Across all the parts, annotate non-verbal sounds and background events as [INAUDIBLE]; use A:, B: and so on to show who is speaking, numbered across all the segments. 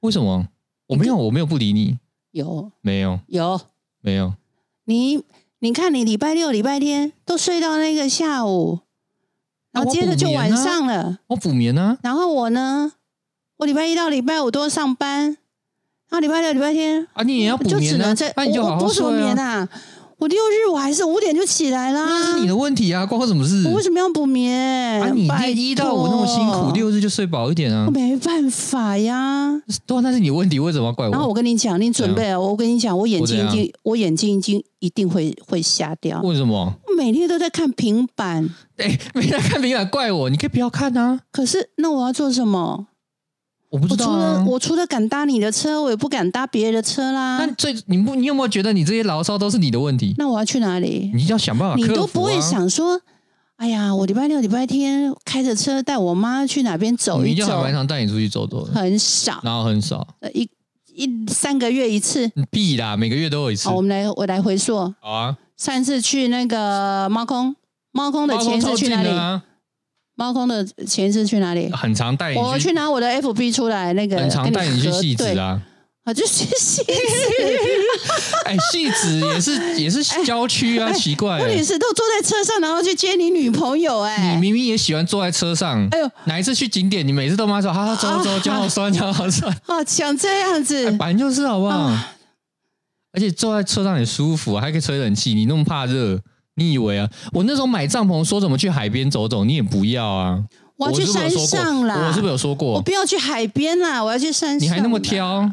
A: 为什么？我没有，我没有不理你，
B: 有
A: 没有，
B: 有，
A: 没有。
B: 你你看你礼拜六、礼拜天都睡到那个下午，然后
A: 我
B: 接着
A: 补
B: 就
A: 眠
B: 晚
A: 啊
B: 上了。
A: 我补眠啊，
B: 然后我呢，我礼拜一到礼拜五都上班，然后礼拜六、礼拜天
A: 啊，你也要
B: 我
A: 补
B: 就只
A: 眠
B: 能
A: 啊
B: 在，，
A: 那你就
B: 我
A: 好
B: 我
A: 好
B: 补什么
A: 睡
B: 眠
A: 啊。
B: 啊？我六日我还是五点就起来啦。
A: 那是你的问题啊，关我什么事
B: 我？为什么要补眠？
A: 啊，你
B: 拜
A: 练一到五那么辛
B: 托
A: 苦，六日就睡饱一点啊
B: 我。没办法呀。
A: 对啊，那是你的问题，为什么要怪
B: 然后我
A: 我？
B: 跟你讲，你准备啊，我跟你讲，我眼
A: 我怎
B: 睛已
A: 样
B: 经，我眼睛已经一定会会瞎掉。
A: 为什么？
B: 我每天都在看平板，
A: 哎，没人看平板怪我，你可以不要看啊。
B: 可是那我要做什么？
A: 我不
B: 我
A: 知道
B: 除了
A: 啊。
B: 我啊除了敢搭你的车，我也不敢搭别人的车啦
A: 那。最你不你有没有觉得你这些牢骚都是你的问题？
B: 那我要去哪里？
A: 你要想办法
B: 你
A: 克服啊。
B: 都不会想说，哎呀，我礼拜六、礼拜天开着车带我妈去哪边走
A: 你
B: 一
A: 一定要
B: 走
A: 蛮，常带你出去走走的，
B: 很少，
A: 然后很少，
B: 呃一一三个月一次。哦
A: 你屁啦，每个月都有一次。
B: 好，我们来我来回溯，
A: 好啊，
B: 上一次去那个猫空，猫空的
A: 包
B: 前
A: 括
B: 一次
A: 超
B: 去
A: 近
B: 哪里？
A: 的啊，
B: 猫空的前一次去哪里？
A: 很常带
B: 我
A: 哎你
B: 去，拿我的 FB 出来，那个
A: 很常
B: 跟
A: 带你去
B: 核
A: 戏子
B: 对，
A: 啊。
B: 啊，就是
A: [LAUGHS]
B: 戏子，
A: 哎，戏子也
B: [LAUGHS]
A: 是也是郊区啊，奇怪
B: 哎问题
A: 欸，
B: 是都坐在车上，然后去接你女朋友、
A: 你
B: 哎，
A: 明明也喜欢坐在车上。
B: 哎呦，
A: 哪一次去景点，你每次都妈说：“哈、啊，走走，脚好酸，脚好
B: [LAUGHS]
A: 酸。
B: 啊，想这样子，
A: 哎”反正就是好不好？
B: 啊
A: 而且坐在车上也舒服，啊还可以吹冷气。你那么怕热，你以为啊？我那时候买帐篷说怎么去海边走走，你也不要啊。
B: 我要去
A: 是不是
B: 山
A: 有说过
B: 上啦，
A: 我是不是有说过
B: 我？不要去海边啦，我要去山上。
A: 你还那么？挑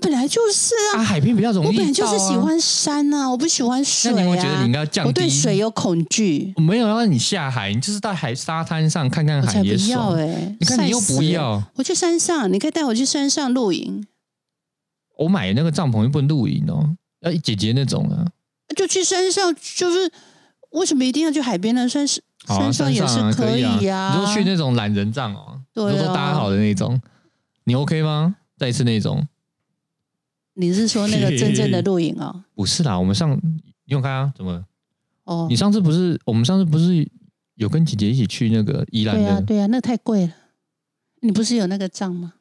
B: 本来就是啊，
A: 啊？海边比较容易、
B: 我本来就是喜。欢山啊，我不喜欢水
A: 啊那
B: 啊。
A: 你有没有觉得你应该降低？
B: 我对水有恐惧，
A: 我没有让你下海，你就是到海沙滩上看看
B: 我
A: 海
B: 才不
A: 也
B: 要
A: 爽。
B: 哎、
A: 你看你又
B: 晒死
A: 不要，
B: 我去山上，你可以带我去山上露营，
A: 我买那个帐篷又不能露营哦，要姐姐那种啊。
B: 就去山上，就是为什么一定要去海边呢？山是
A: 好啊，
B: 上
A: 山
B: 也
A: 上
B: 是
A: 啊可
B: 以
A: 以
B: 呀、
A: 你说去那种懒人帐哦，
B: 对啊
A: 都搭好的那种，你 OK 吗？再一次那种
B: 你是说那个真正的露营
A: [LAUGHS]
B: 哦？
A: 不是啦，我们上你有看啊？怎么了？
B: 哦
A: 你，上次不是我们上次不是有跟姐姐一起去那个宜兰
B: 对呀、
A: 的
B: 啊、？对呀、啊，那太贵了。你不是有那个账吗？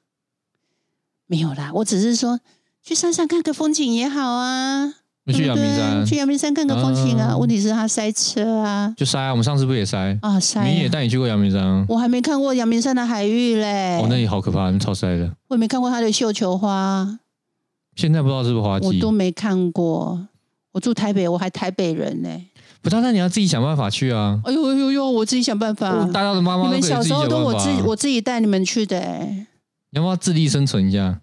B: 没有啦，我只是说去山上看个风景也好啊，
A: 我们去
B: 对
A: 阳
B: 不
A: 明
B: 对啊
A: 山
B: 去阳明山看个风景啊。
A: 嗯
B: 问题是他塞车啊，
A: 就塞啊，我们上次不也塞？
B: 啊塞
A: 明也
B: 啊
A: 带你去过阳明山啊？
B: 我还没看过阳明山的海域嘞，
A: 哦，那里好可怕，那超塞的。
B: 我也没看过它的绣球花，
A: 现在不知道是不是花
B: 我
A: 季
B: 都，没看过。我住台北，我还台北人呢。
A: 不啊但那你要自己想办法去啊。
B: 哎呦哎呦哎呦，我自己想办法。
A: 哦大家的妈妈
B: 你
A: 都可以
B: 们
A: 自己
B: 小时候
A: 想
B: 都我
A: 办法
B: 自己
A: 啊
B: 我自己带你们去的、欸，
A: 你要不要自力生存一下？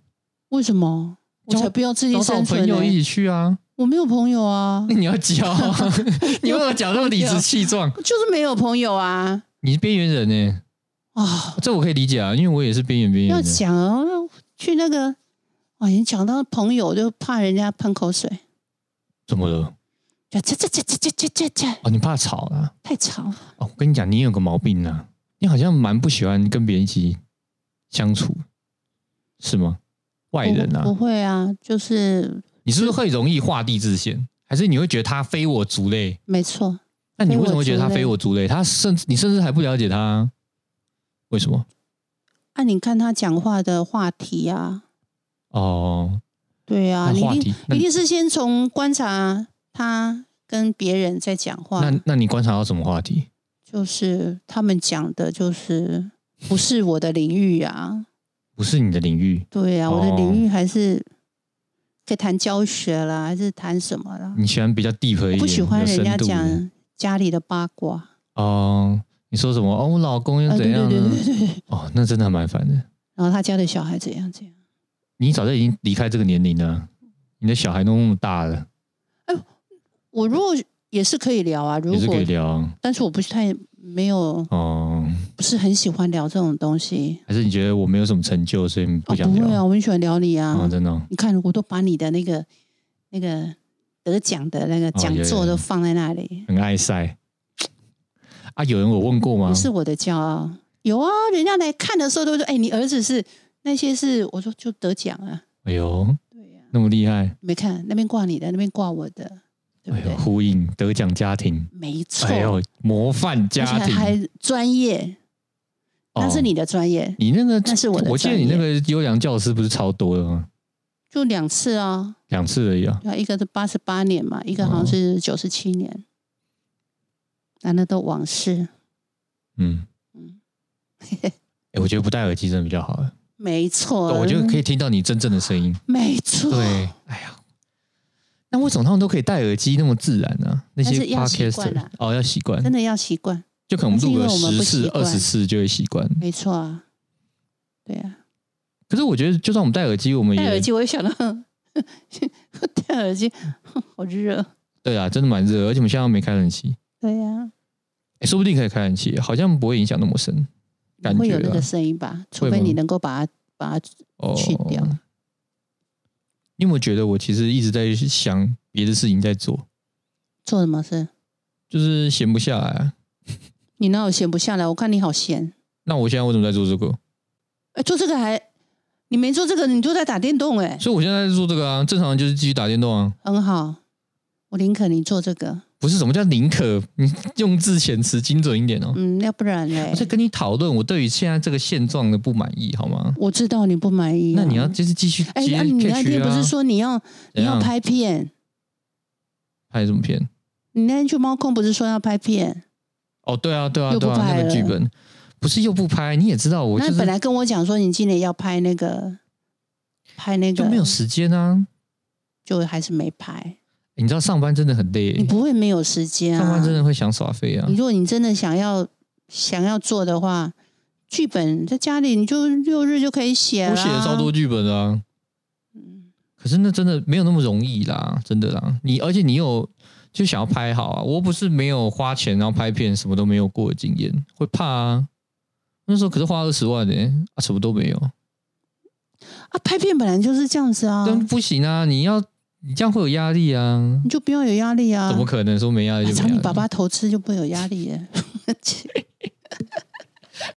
B: 为什么？我
A: 交
B: 才不要自己
A: 找找
B: 生存、
A: 朋
B: 欸。
A: 友一起去啊！ [LAUGHS]
B: 我没有朋友啊，
A: 你要交，
B: [LAUGHS]
A: 你为什么讲那么理直气壮？
B: 就是没有朋友啊。
A: 你是边缘人呢、欸
B: 哦，
A: 这我可以理解啊，因为我也是边缘边缘
B: 要
A: 人。
B: 讲哦，去那个，哇，你讲到朋友就怕人家喷口水，
A: 怎么了？
B: 就这这这这这这这这
A: 哦，你怕吵啦、
B: 太吵了。
A: 哦，我跟你讲，你有个毛病啊，你好像蛮不喜欢跟别人一起相处，是吗？外人啊
B: 不，不会啊，就是
A: 你是不是会容易画地自限？还是你会觉得他非我族类？
B: 没错，
A: 那你为什么会觉得他
B: 非
A: 非
B: 我
A: 我族类？他甚至你甚至还不了解他啊，为什么？
B: 啊，你看他讲话的话题啊，
A: 哦，
B: 对啊，
A: 那
B: 你
A: 话
B: 一
A: 题
B: 定
A: 那
B: 一定是先从观察他跟别人在讲话，
A: 那那你观察到什么话题？
B: 就是他们讲的，就是不是我的领域啊。
A: 不是你的领域，
B: 对啊，我的
A: 哦
B: 领域还是可以谈教学啦，还是谈什么啦？
A: 你喜欢比较 deep 一点，
B: 我不喜欢
A: 有
B: 人家
A: 深度的
B: 讲家里的八卦。
A: 哦。你说什么？哦，我老公又
B: 啊，
A: 怎
B: 对对
A: 样
B: 对
A: 呢？
B: 对对对。
A: 哦，那真的还蛮烦的。
B: 然后他家的小孩怎样怎样？
A: 你早就已经离开这个年龄了，你的小孩都那么大了，
B: 我如果也是可以聊啊，如
A: 也是
B: 果
A: 可以聊啊
B: 但是我不是太没有，
A: 哦。
B: 不是很喜欢聊这种东西。
A: 还是你觉得我没有什么成就，所以
B: 哦，
A: 想
B: 不
A: 聊？
B: 会啊，我很喜欢聊你啊。
A: 哦真的哦
B: 你看，我都把你的那个那个得奖的那个
A: 哦
B: 讲
A: 有有
B: 座都
A: 有
B: 放在那里。
A: 很爱晒啊。有人我问过吗
B: 不？是我的骄傲。有啊，人家来看的时候都说：“哎、你儿子是那些是。”我说：“就得奖啊。
A: 哎呦，”
B: 对呀、
A: 那么厉害！
B: 没看那边挂你的，那边挂我的，对
A: 哎
B: 不对？
A: 呦，呼应得奖家庭，
B: 没错，
A: 哎呦，模范
B: 而且
A: 家
B: 还
A: 庭，
B: 还专业，那是
A: 哦
B: 你的专业，
A: 你那个，
B: 那是我的
A: 我记得
B: 专
A: 你
B: 业
A: 那个优良教师不是超多的吗？
B: 就两次啊，
A: 两次而已啊。
B: 对啊一个是八十八年嘛，一个好像
A: 哦
B: 是九十七年，那那都往事。
A: 嗯
B: 嗯，
A: 哎，我觉得不戴耳机真的比较好，啊
B: 没错，
A: 我就可以听到你真正的声音。
B: 没错，
A: 对，哎呀，那为什么他们都可以戴耳机那么自然呢、那
B: 但
A: 些
B: 是要习
A: podcaster
B: 惯啦
A: 哦，要习惯
B: 真，的要习惯，
A: 就可能录个
B: 但是因为我们
A: 十
B: 不
A: 次
B: 习、
A: 二
B: 惯
A: 十次就会习惯。
B: 没错啊，对啊，
A: 可是我觉得，就算我们戴耳机，我们也
B: 戴耳机我会想到， [LAUGHS] 戴耳机 [LAUGHS] 哼好热，
A: 对啊，真的蛮热，而且我们现在又没开冷气、
B: 对呀、
A: 诶说不定可以开冷气，好像不会影响那么深。
B: 啊，
A: 感
B: 会
A: 觉
B: 有那个
A: 啊
B: 声音吧？除
A: 会
B: 非
A: 吗
B: 你能够把它把它
A: 哦，
B: 去掉。
A: 你有没有觉得我其实一直在想别的事情在做，
B: 做什么事，
A: 就是闲不下来、啊？
B: 你哪有闲不下来？我看你好闲，
A: 那我现在为什么在做这个？
B: 哎，做这个还你没做这个，你就在打电动、哎，
A: 所以我现在在做这个啊，正常人就是继续打电动啊。
B: 很好，我宁可你做这个，
A: 不是什么叫宁可，你用字遣词精准一点哦。
B: 嗯，要不然嘞
A: 我，在跟你讨论我对于现在这个现状的不满意，好吗？
B: 我知道你不满意啊、
A: 那你要就是继续接
B: 哎，那、你那
A: catch
B: 天不
A: 啊
B: 是说你要你
A: 怎
B: 要
A: 样
B: 拍片？
A: 拍什么片？
B: 你那天去猫空不是说要拍片？
A: 哦，对啊，对啊，
B: 又不
A: 对啊，那
B: 拍
A: 个剧
B: 了
A: 本不是又不拍，你也知道我就
B: 那本
A: 是
B: 来跟我讲说你今年要拍那个，拍那个
A: 就没有时间啊。
B: 就还是没拍。
A: 你知道上班真的很累欸、
B: 你不会没有时间
A: 上
B: 啊
A: 班？真的会想耍废啊
B: 你。如果你真的想要想要做的话，剧本在家里你就六日就可以写
A: 我写了
B: 啦
A: 超多剧本的啊，
B: 嗯
A: 可是那真的没有那么容易啦，真的啦。你而且你有就想要拍好啊，我不是没有花钱然后拍片什么都没有过的经验，会怕啊。那时候可是花二十万呢、啊，什么都没有，
B: 啊，拍片本来就是这样子啊，
A: 但不行啊，你要你这样会有压力啊，
B: 你就不要有压力啊。
A: 怎么可能说没压力就
B: 嗯啊
A: 没
B: 找
A: 压
B: 你
A: 力？
B: 爸爸投资就不会有压力耶。